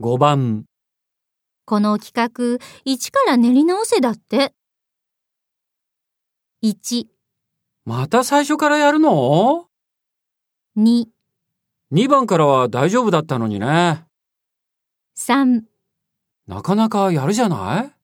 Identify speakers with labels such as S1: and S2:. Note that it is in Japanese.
S1: 5番
S2: この企画、一から練り直せだって。1、
S1: また最初からやるの
S2: 2、
S1: ?2 番からは大丈夫だったのにね。
S2: 3。
S1: なかなかやるじゃない